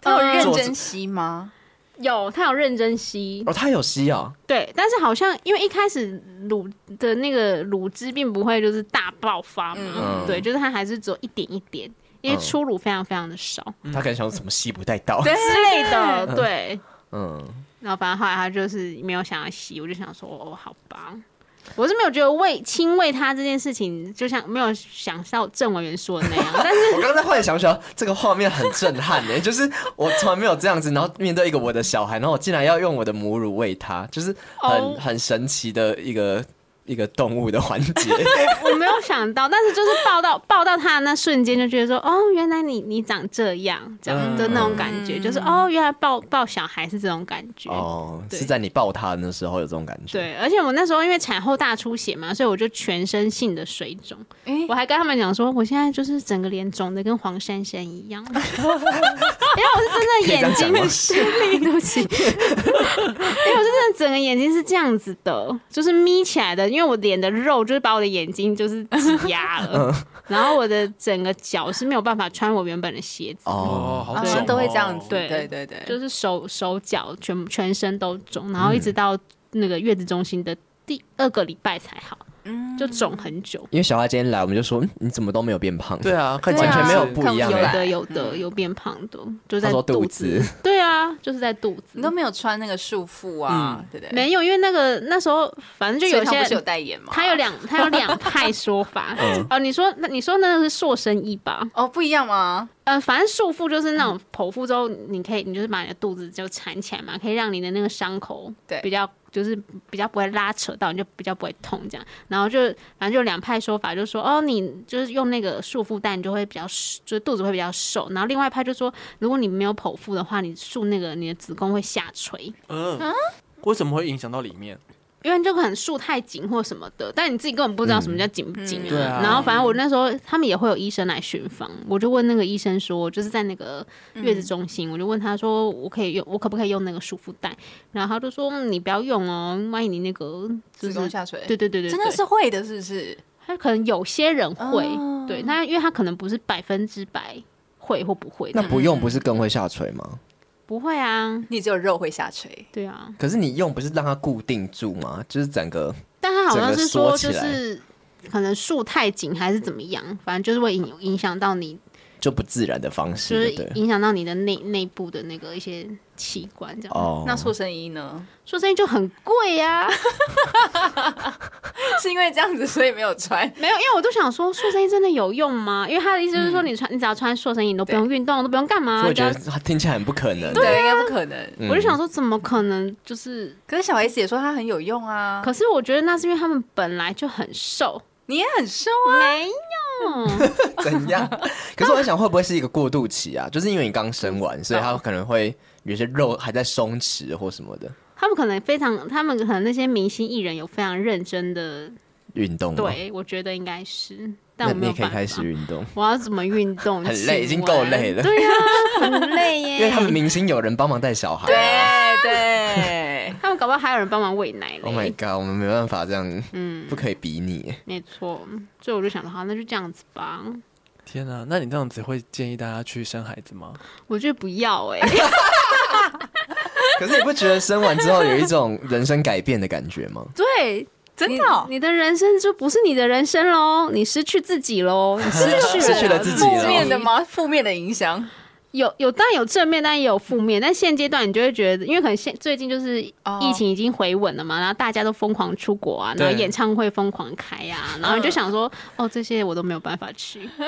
他有哦认坐着真吸吗？ [laughs] 有，他有认真吸，哦，他有吸啊，对，但是好像因为一开始乳的那个乳汁并不会就是大爆发嘛，嗯对，就是它还是只有一点一点，因为嗯初乳非常非常的少、他可能想怎么吸不太到。之类的， [laughs] 对。嗯，然后反正后来他就是没有想要吸，我就想说哦，好吧，我是没有觉得为亲喂他这件事情，就像没有想到郑委员说的那样， [laughs] 但是我刚才忽然想起来，这个画面很震撼呢、就是我从来没有这样子，然后面对一个我的小孩，然后我竟然要用我的母乳喂他，就是很、哦很神奇的一个一个动物的环节。我没有想到，但是就是抱到抱到他的那瞬间，就觉得说，哦，原来你你长这样，这嗯样的那种感觉，就是哦，原来抱抱小孩是这种感觉。哦，对是在你抱他的时候有这种感觉。，对，而且我那时候因为产后大出血嘛，所以我就全身性的水肿。哎我还跟他们讲说，我现在就是整个脸肿的跟黄珊珊一 [laughs] 样，然后我是真的眼可以这样讲睛吗是，对不起，因为我是真的整个眼睛是这样子的，就是眯起来的，因为我脸的肉就是把我的眼睛就是挤压了，嗯然后我的整个脚是没有办法穿我原本的鞋子，哦，哦，好啊肿、哦都会这样子，对对对对，就是手手脚全全身都肿，然后嗯一直到那个月子中心的第二个礼拜才好，嗯就肿很久。因为小孩今天来，我们就说嗯你怎么都没有变胖。对啊，看起来完全没有不一样欸有看不出来的有嗯的有变胖的，他就在说肚子子。对啊，就是在肚子你。都没有穿那个束缚啊，嗯对不对？没有，因为那个那时候反正就有所以他些不是有人代言吗？他有两他有两派说法。嗯哦，你说那你说那个是塑身衣吧？哦，不一样吗？呃，反正束缚就是那种剖腹之后，你可以你就是把你的肚子就缠起来嘛，可以让你的那个伤口对比较就是比较不会拉扯到，你就比较不会痛这样。然后就反正就两派说法，就说哦，你就是用那个束缚带，你就会比较瘦就是肚子会比较瘦。然后另外一派就说，如果你没有剖腹的话，你束那个你的子宫会下垂。嗯，为什么会影响到里面？因为就可能束太紧或什么的，但你自己根本不知道什么叫紧不紧、嗯对啊然后反正我那时候他们也会有医生来巡房，我就问那个医生说，就是在那个嗯月子中心，我就问他说，我可以用，我可不可以用那个束缚带？然后他就说、嗯你不要用哦，万一你那个就子是宫下垂，对对对对，真的对是会的，是不是？他可能有些人会，哦对，那因为他可能不是百分之百会或不会那的，不用不是更会下垂吗？不会啊，你只有肉会下垂，对啊，可是你用不是让它固定住吗？就是整个但他好像是说就整个缩是。可能束太紧还是怎么样，反正就是会影影响到你就不自然的方就式，是对不对。影响到你的内内部的那个一些器官，这样。哦，那塑身衣呢？说生意就很贵啊呀、 [laughs] 是因为这样子所以没有穿，没有，因为我都想说，塑身衣真的有用吗？因为他的意思就是说，你穿、你只要穿塑身衣，你都不用运动，都不用干嗯嘛。所以我你只要啊觉得听起来很不可能。对，应啊该不可能。嗯我就想说，怎么可能？就是，可是小 S 也说它很有用啊，可是我觉得那是因为他们本来就很瘦，你也很瘦啊没有， [laughs] 怎 [laughs] 样？可是我在想，会不会是一个过渡期啊？就是因为你刚生嗯完，所以它可能会有些肉还在松弛或什么的他们可能非常，他们可能那些明星艺人有非常认真的，运动。，对我觉得应该是，但嗯那我你没也有可以办开法始。运动，我要怎么运动？很请累，已经够问累了。对啊呀、很累耶。因为他们明星有人帮忙带小 [laughs] 孩、啊。啊，哎，对。他们搞不好还有人帮忙喂奶嘞。 Oh my god，我们没办法这样，嗯，不可以比拟。没错，所以我就想说，好，那就这样子吧。天哪、那你这样子会建议大家去生孩子吗？我觉得不要哎、可是你不觉得生完之后有一种人生改变的感觉吗？对，真的哦你，你的人生就不是你的人生喽，你失去自己喽，你失去失了去了自己负了面的？吗？负面的影响有有，当然有正面，但也有负面。但现阶段你就会觉得，因为可能现最近就是哦疫情已经回稳了嘛，然后大家都疯狂出国啊，然后对演唱会疯狂开呀、啊，然后你就想说，哦，这些我都没有办法去，那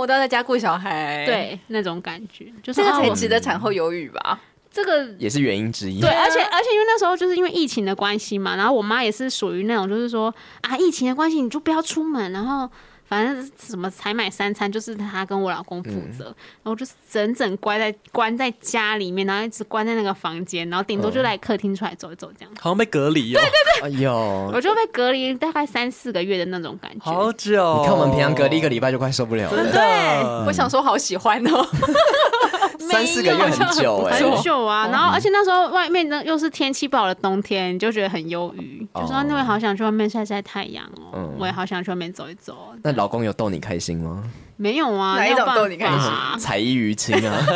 我都要在家顾小孩，，对，那种感觉就是这个啊才我值得产后忧郁吧？这个也是原因之一。对，而且而且因为那时候就是因为疫情的关系嘛，然后我妈也是属于那种就是说啊，疫情的关系你就不要出门，然后反正什么采买三餐就是她跟我老公负嗯责，然后就是整整关在关在家里面，然后一直关在那个房间，然后顶多嗯就来客厅出来走一走这样。好像被隔离哦，哎呦，我就被隔离大概三四个月的那种感好觉，久、哦。你看我们平常隔离一个礼拜就快受不了真了，的，哎我想说好喜欢哦，三四个月很久哎、很久啊。然后而且那时候外面呢又是天气不好的冬天，你就觉得很忧郁，就说哦那我也好想去外面晒晒太阳哦嗯，我也好想去外面走一走哦。那老公有逗你开心吗？没有啊，哪没一有种办逗你开 [laughs] 心法才艺于亲啊，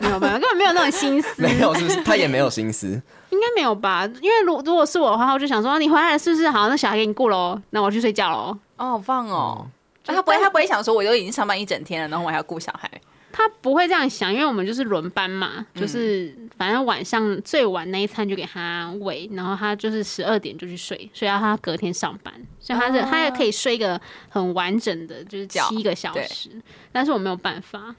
没有没有，根本没有那种心 [laughs] 思，没有是不是？他也没有心思。应该没有吧？因为如如果是我的话，我就想说，你回来了是不是？好，那小孩给你顾喽，那我去睡觉喽。 [laughs] 哦，好棒哦。嗯他不会，他不会想说，我都已经上班一整天了，然后我还要顾小孩。他不会这样想，因为我们就是轮班嘛，嗯就是反正晚上最晚那一餐就给他喂，然后他就是十二点就去睡，睡到他隔天上班，所以他是、哦他也可以睡一个很完整的，就是七个小时。但是我没有办法，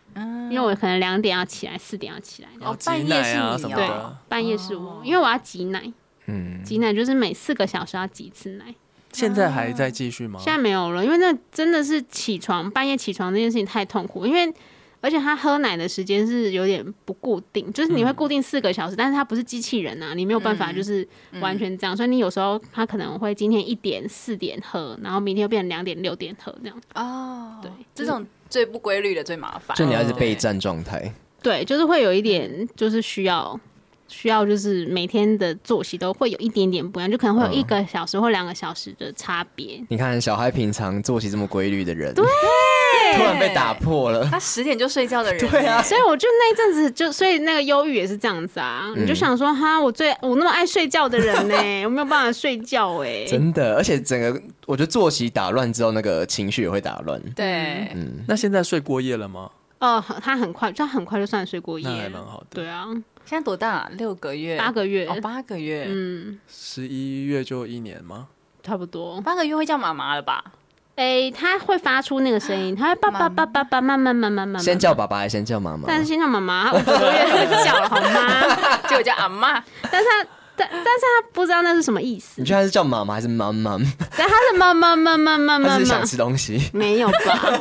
因为我可能两点要起来，四点要起来，然啊后哦嗯挤半夜奶是啊你什么对的，半夜是我，因为我要挤奶，嗯，挤奶就是每四个小时要挤一次奶。现在还在继续吗？现在没有了，因为那真的是起床半夜起床这件事情太痛苦，因为而且他喝奶的时间是有点不固定，就是你会嗯固定四个小时，但是他不是机器人啊，你没有办法就是嗯完全这样，所以你有时候他可能会今天一点四点喝，然后明天又变成两点六点喝这样，哦，对这种最不规律的最麻烦，就你要一直对备战状态，对，就是会有嗯一点就是需要。需要就是每天的作息都会有一点点不一样，就可能会有哦一个小时或两个小时的差别。你看小孩平常作息这么规律的人，对，突然被打破了。哎他十点就睡觉的 [laughs] 人，对啊所以我就那一阵子就，所以那个忧郁也是这样子啊，你就想说哈，我最我那么爱睡觉的人呢、我没有办法睡觉哎、真的，而且整个我觉得作息打乱之后，那个情绪也会打乱。对，那现在睡过夜了吗？哦、他很快，他很快就算睡过夜那还了，蛮好的对啊，现在多大啊？六个月，八个月，哦，八个月，嗯，十一月就一年吗？差不多。八个月会叫妈妈了 [laughs] 吧？哎、他会发出那个声音，他会爸爸爸爸爸，慢慢慢慢慢慢。先叫爸爸，还是先叫妈妈？但是先叫妈妈，我觉得会叫了好吗？结果叫阿妈，但是他但但是他不知道那是什么意思你，觉得他是叫妈妈还是妈妈？但他是妈妈妈妈妈他妈是妈想，吃东西没有吧？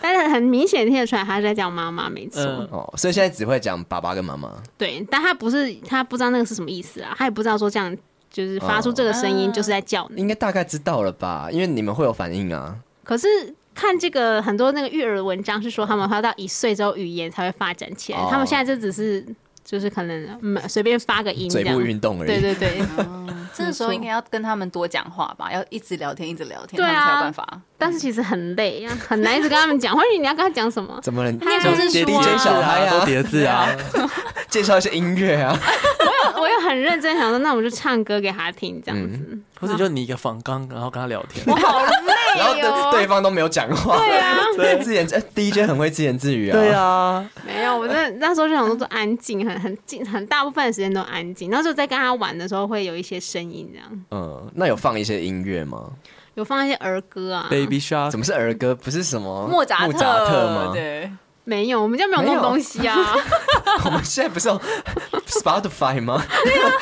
但是很明显听得出来他是在叫妈妈，没错。嗯哦，所以现在只会讲爸爸跟妈妈。对，但他不是他不知道那个是什么意思啊，他也不知道说这样就是发出这个声音哦就是在叫你。应该大概知道了吧？因为你们会有反应啊。可是看这个很多那个育儿文章是说，他们发到一岁之后语言才会发展起来，哦他们现在这只是就是可能嗯随便发个音这嘴样部。运动而对已。对对， [laughs] 这个时候应该要跟他们多讲话吧，要一直聊天，一直聊天，对啊他们才有办法。但是其实很累啊，很难一直跟他们讲，或者你要跟他讲什么？怎么了？念故事姐弟书啊间小孩都啊，叠字啊，介绍一些音乐啊。我又很认真想说，那我就唱歌给他听这样嗯子。 [laughs] 或者就你一个仿纲，然后跟他聊 [laughs] 天。好累哦然后对对方都没有讲话，哎对啊， [laughs] 自言自 DJ 很会自言自语啊，对，啊，没有，我那那时候就想说，都安静，很很静，很大部分的时间都安静。那时候在跟他玩的时候，会有一些声音这样。嗯，那有放一些音乐吗？有放一些儿歌啊 Baby Shark，怎么是儿歌？不是什么莫扎莫扎特吗？对， [laughs] 没有，我们家没有没弄有东西啊。 [laughs] 我们现在不是有 Spotify [laughs] 吗？ [laughs]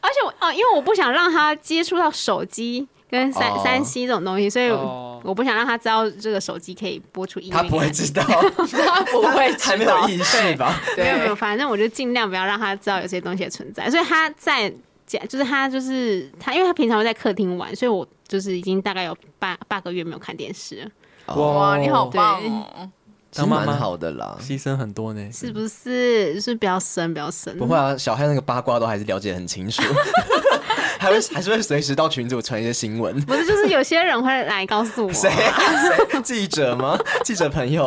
而且我哦，因为我不想让他接触到手机跟三、哦三 C 这种东西，所以哦我不想让他知道这个手机可以播出音乐。他不会知道，他不会知道还没有意识吧？没有没对有，，反正我就尽量不要让他知道有这些东西的存在。所以他在家，就是他就是他，因为他平常会在客厅玩，所以我就是已经大概有八八个月没有看电视了，哇，你好棒嗯哦！哦其实蛮好的啦。牺牲很多呢。嗯是不是？就是不要生，不要生。不会啊，小黑那个八卦都还是了解得很清楚，还会还是会随时到群组传一些新闻。不是，就是有些人会来告诉我，谁谁记者吗？记者朋 [laughs] 友，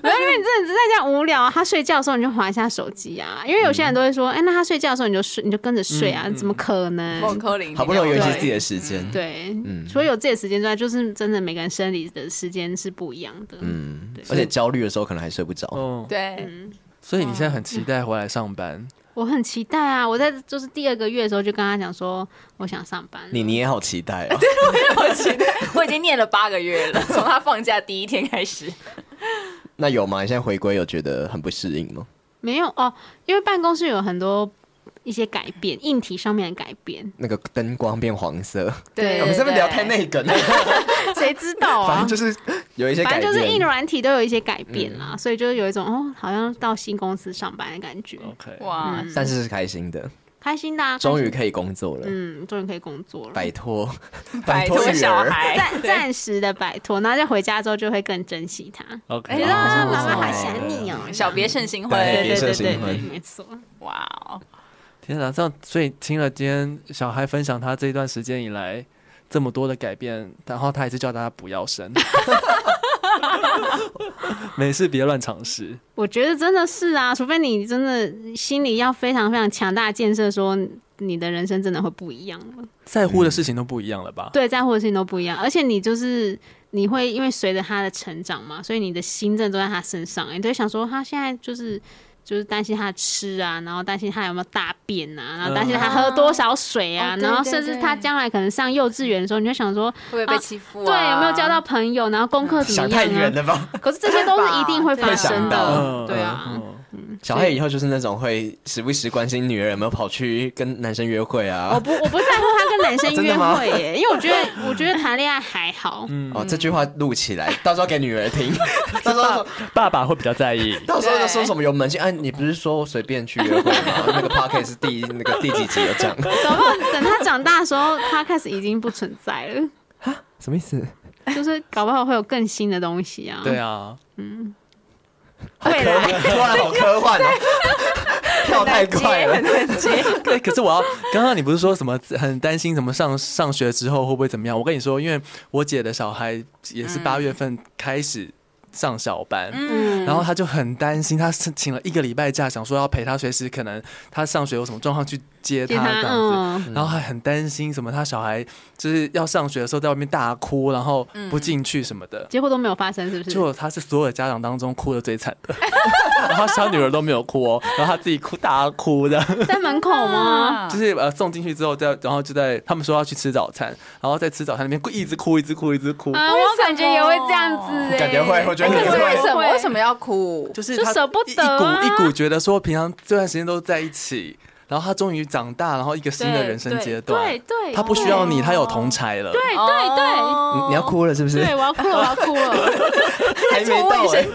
没有，因为你真的是在家无聊啊，他睡觉的时候你就划一下手机啊，因为有些人都会嗯说，哎、那他睡觉的时候你就睡，你就跟着睡啊，怎么可能？孟柯林，好嗯不容易有一嗯些对自己的时间，对，除了有自己的时间之外，就是真的每个人生理的时间是不一样的。嗯，而且焦虑的时候可能还睡不着。嗯哦，嗯对，所以你现在很期待回来上班，我很期待啊！我在就是第二个月的时候就跟他讲说，我想上班了。你你也好期待哦，我期待，我已经念了八个月了， [laughs] 从他放假第一天开始。那有吗？你现在回归有觉得很不适应吗？没有哦，因为办公室有很多一些改变，硬体上面的改 [laughs] 变，那个灯光变黄色，对我哦们是不是聊太内梗 [laughs] 了？谁知道啊？反正就是有一些改反正就是变。硬嗯软体都有一些改变啦，所以就是有一种哦，好像到新公司上班的感觉， ？OK，嗯哇，嗯但是是开心的，开心的、啊。哦终于开心，可以工作了，嗯，终于可以工作了，摆脱摆脱育儿小 [laughs] 孩，暂暂时的摆脱，然后再回家之后就会更珍惜他。哦 OK，觉哎得呀啊不妈错妈好想你哦，小别胜新对对婚，别对胜对新对对，婚没错。哇哦，天哪！这样，所以听了今天小孩分享他这一段时间以来这么多的改变，然后他还是叫大家不要生， [laughs] 没事别乱尝试。我觉得真的是啊，除非你真的心里要非常非常强大的建设，说你的人生真的会不一样了。在乎的事情都不一样了吧？对，在乎的事情都不一样，而且你就是你会因为随着他的成长嘛，所以你的心真的都在他身上、欸你都会想说他现在就是。就是担心他吃啊，然后担心他有没有大便啊，然后担心他喝多少水啊，哦对然后对甚至对他将来可能上幼稚园的时候，你就想说，会不会被欺负、啊对，有没有交到？朋友，然后功课怎么想样、啊？太远了 [laughs] 吧？可是这些都是一定会发生会的想，嗯对啊，嗯嗯小黑以后就是那种会时不时关心女儿有没有跑去跟男生约会我啊。不我不在乎他跟男生真约的吗会耶，因为我觉得我觉得谈恋爱还好，哦，这句话录起来，到时候给女儿 [laughs] 听。到时候爸爸会比较在意。到时候就说什么有门禁？哎，你不是说随便去约会吗？那个 p o c k e t 是第那个第几集有讲？搞不好等他长大的时候，他开始已经不存在了，什么意思？嗯就是搞不好会有更新的东西啊。对啊，好科幻，突然好科 [laughs] 幻哦，跳太快了。 [laughs] 对，可是我要刚刚你不是说什么很担心什么上上学之后会不会怎么样？我跟你说，因为我姐的小孩也是八月份开始上小班，嗯，然后他就很担心，他是请了一个礼拜假，想说要陪他，随时可能他上学有什么状况去接其他这样子。嗯，然后还很担心什么，他小孩就是要上学的时候在外面大哭，然后不进去什么的。结果都没有发生，嗯是不结是？果他是所有家长当中哭的最惨的， [laughs] 然后小女儿都没有哭哦，然后他自己哭大哭的，在门口吗？ [laughs] 啊就是呃送进去之后再，然后就在他们说要去吃早餐，然后在吃早餐那边一直哭一直哭一直哭，啊，我感觉也会这样子哎，感觉会我觉得可是为什么？为么？什么要哭？就是就他舍不一得啊一股一股觉得说平常这段时间都在一起，然后他终于长大，然后一个新的对人生对对阶段，对，他不需要你，哦他有同柴了。对对对你你要哭了是不是？哦对，我要哭了，我要哭了。 [laughs] 还没到哎、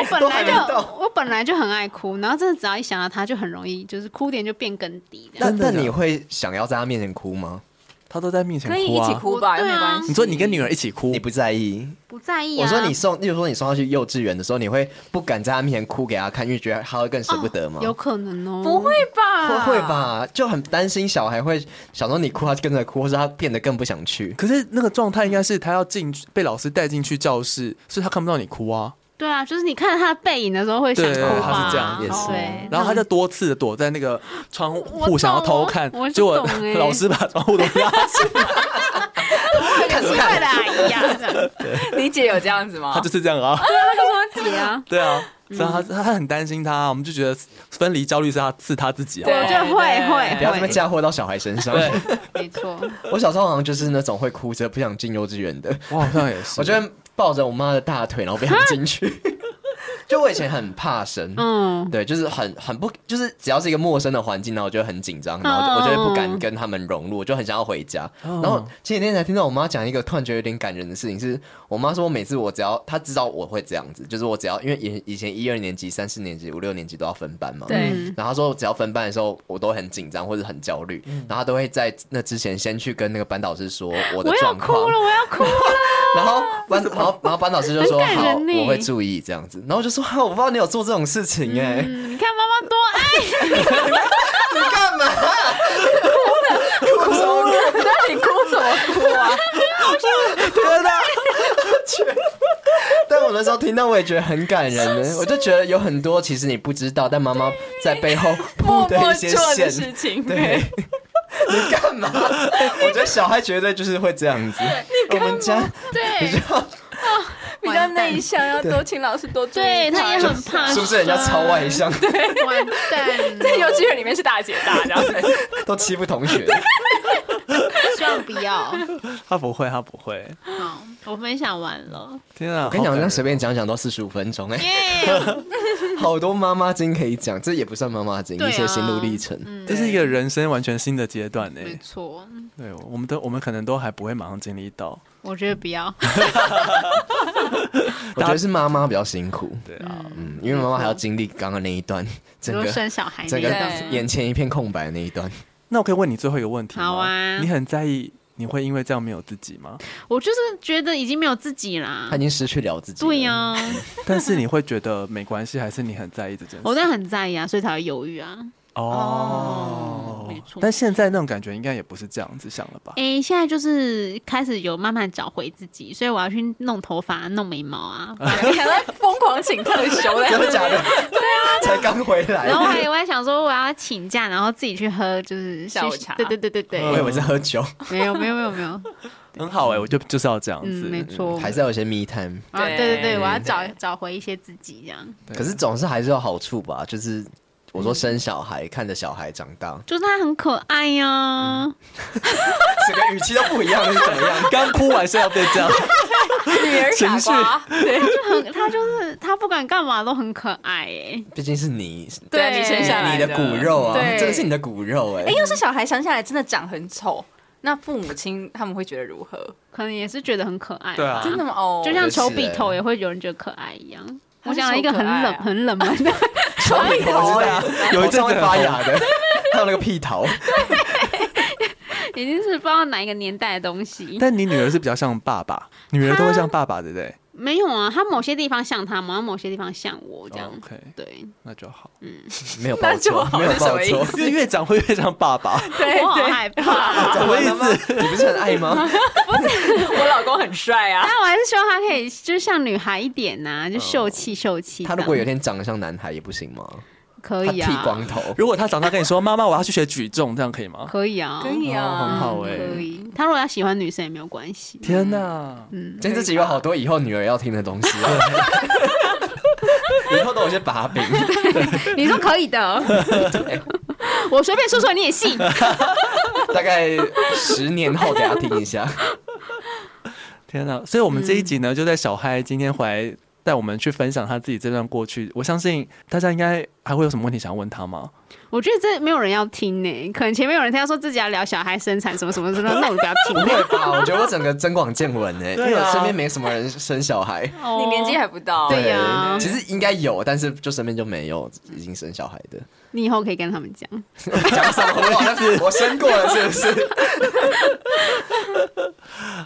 我本来都还没就到我本来就很爱哭，然后真的只要一想到他，就很容易就是哭点就变更低这那样。真的那假的你会想要在他面前哭吗？他都在面前可以哭一起啊！哭吧，又对没啊关系。你说你跟女儿一起哭你，不在意？不在意啊。我说你送，例如说你送他去幼稚园的时候，你会不敢在他面前哭给他看，因为觉得他会更舍不得吗？有可能哦， [laughs] 不会吧？会会？吧，就很担心小孩会想说你哭，他就跟着哭，或者他变得更不想去。可是那个状态应该是他要进去被老师带进去教室，所以他看不到你哭啊。对啊，就是你看着他的背影的时候会想哭对吧？他是这样也是对，然后他哎那就多次的躲在那个窗我户懂想要偷看我我，结果懂欸老师把窗户都拉 [laughs] 起来，种奇怪的阿姨啊，这样 [laughs] 你姐有这样子吗？他就是这样啊。姐啊，对啊，所以他他他很担心他，我们就觉得分离焦虑是他是他自己啊我。觉得会会对不要这么会，嫁祸到小孩身上。对，没错， [laughs] 我小时候好像就是那种会哭着不想进幼稚园的，我好像也是。我就会抱着我妈的大腿，然后不想进去。 [laughs] 就我以前很怕生，啊嗯，对，就是很很不，就是只要是一个陌生的环境，然后我就会很紧张，然后我就我就会不嗯敢跟他们融入，我就很想要回家。然后前几天才听到我妈讲一个突然觉得有点感人的事情，是我妈说每次我只要她知道我会这样子，就是我只要因为以以前一二年级、三四年级、五六年级都要分班嘛，对嗯然后她说只要分班的时候，我都很紧张或者很焦虑，然后她都会在那之前先去跟那个班导师说我的我要状哭况，了，[laughs] 我要哭了，然后班，然后然后班导师就说很感好，人呢我会注意这样子。然后我就说哈，我不知道你有做这种事情哎、嗯，你看妈妈多爱你干嘛？哭了，哭了，那 [laughs] 你哭 [laughs] 什么哭啊？天哪！但我那时候听到，我也觉得很感人呢。我就觉得有很多其实你不知道，但妈妈在背后默铺的默一些做的事线。情，对，你干嘛？我觉得小孩绝对就是会这样子。我们家你知对，道 [laughs] 比较内向，要多请老师多注意。对他也很怕是不是人家超外向，完蛋 [laughs] 在幼稚园里面是大姐大这样 [laughs] 子。都欺负同学？希望不要。他不会，他不会。好，我分享完了，天啊！我跟你讲，这好感人样随便讲讲都四十五分钟哎、 [laughs] 耶， [laughs] 好多妈妈经可以讲，这也不算妈妈经，对啊嗯一些心路历程。这是一个人生完全新的阶段呢、没错，对，我们都我们可能都还不会马上经历到。我觉得不要。我觉得是妈妈比较辛苦，对啊，嗯，因为妈妈还要经历刚刚那一嗯段， [laughs] 整说个生小孩 [laughs] 那整个个，对眼前一片空白的那一段，那我可以问你最后一个问题吗？好啊你很在意你会因为这样没有自己 [laughs] 吗？我就是觉得已经没有自己啦她已。经失去了自己。对呀、， [laughs] 但是你会觉得没关系，还是你很在意这件我事？当然很在意啊，所以才会犹豫啊。哦没错但现在那种感觉应该也不是这样子想了吧？诶，现在就是开始有慢慢找回自己，所以我要去弄头发、弄眉毛啊。哎你还在疯狂请特休真的嘞？ [laughs] 假的？对啊，才刚回来然，后我 [laughs] 还我还想说，我要请假，然后自己去喝，就是下午去茶 [laughs] 对对对对对，我以为是喝酒，没有没有没有没有，很好哎，我就就是要这样嗯，没子。错，还是要有些 me time，啊，对对对对，对我要找找回一些自己这样。对可是总是还是有好处吧，就是。我说生小孩，看着小孩长 [laughs] 大，就是他很可爱啊呀、嗯整个语气都不一样，是怎么样？ [laughs] 刚哭完是要被这样， [laughs] 女儿傻瓜，对就很他就是他不管干嘛都很可爱哎、毕竟是你，你对，你生下来你的骨肉啊，对真的是你的骨肉哎、哎，要是小孩生下来真的长很丑，那父母亲他们会觉得如何？可能也是觉得很可爱吧，对啊真的吗？哦，就像我觉丘得是比欸头也会有人觉得可爱一样。他我是讲了一个很手可爱啊冷、很冷门 [laughs] 的，丑里头我知哎道，有一阵子头上会很发红芽的， [laughs] 还有那个屁头，已经是不知道哪一个年代的东西。 [laughs] 但你女儿是比较像爸 [laughs] 爸，女儿都会像爸爸，对不对没有啊，他某些地方像他嘛，某些地方像我这样。哦？OK，对，那就好。没有那报就错，好没有那什报么意错，因为哦越长会越像爸爸，对我好对，[laughs] 害 [laughs] 怕。怎么意思？你不是很爱 [laughs] 吗？我老公很帅啊，但我还是希望他可以就是像女孩一点呐、就秀气秀气这哦他样。如果有一天长得像男孩也不行吗？可他以剃啊，光头， [laughs] 如果他长大跟你说：“妈妈，我要去学举重，这样可以吗可以啊，可以哦很啊，好欸嗯可以。他如果他喜欢女生也没有关？” [laughs] 系，天哪！嗯，今天这集有好多以后女儿要听的东西，啊 [laughs] 以后都有些把柄。你说可以的，哦我随便说说你也信。大概十年后给他听一下。天哪！所以，我们这一集呢，就在小嗨今天回来带我们去分享他自己这段过去。我相信大家应该还会有什么问题想问他吗？我觉得这没有人要听呢、可能前面有人听到说自己要聊小孩生产什么什么什么，那我就不要 [laughs] 不 [laughs] 会听。吧？我觉得我整个增广见闻哎、因对为啊我身边没什么人生小孩。哦你年纪还不到，对呀其实应该有，但是就身边就没有已经生小孩的。你以后可以跟他们讲，讲什么意思？ [laughs] 我生过了是不是？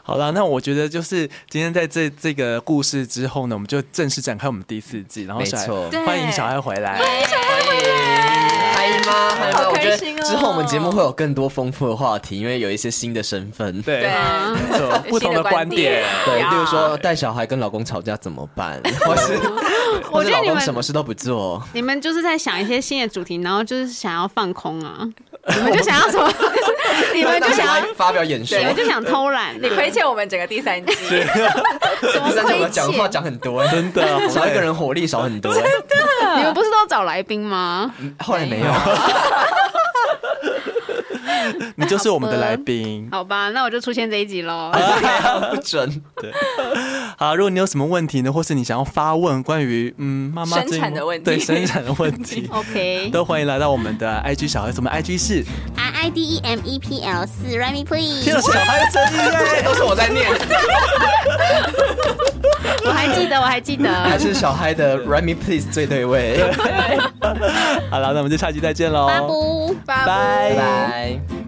好啦，那我觉得就是今天在这这个故事之后呢，我们就正式展开我们第四季，然后没小错孩对欢迎小孩回来。 [laughs] 嗨吗？嗨吗？好我觉开得心哦之后我们节目会有更多丰富的话题，因为有一些新的身份。对对啊没错，不同的观点。对，呀例如说带小孩跟老公吵架怎么 [laughs] 办，或是或我是觉得老你公们什么事都不做，你们就是在想一些新的主题，然后就是想要放空啊，你们就想要什么，你们就想要，发表演说你。们就想偷懒、你亏欠我们整个第三季，[laughs] 什么第三集我亏们讲话欠？讲很 [laughs] 多，真 [laughs] 的好少一累个人火力少很多。你们不是都找来宾吗？后来没有，你就是我们的来宾。好吧，那我就出现这一集喽。，[laughs] 不准。好，如果你有什么问题呢，或是你想要发问关于嗯妈生妈产最近的问题对生产的问 [laughs] 题 OK，都欢迎来到我们的 IG 小孩，我们 IG 是 R I D E M E P L 四 r e m y Please。天哪，小孩的声音耶！ [laughs] 都是我在 [laughs] 念，我还记得，我还记他得，是小嗨的 r e m y Please 最对位。好了，那我们就下期再见喽，巴布。拜拜拜拜。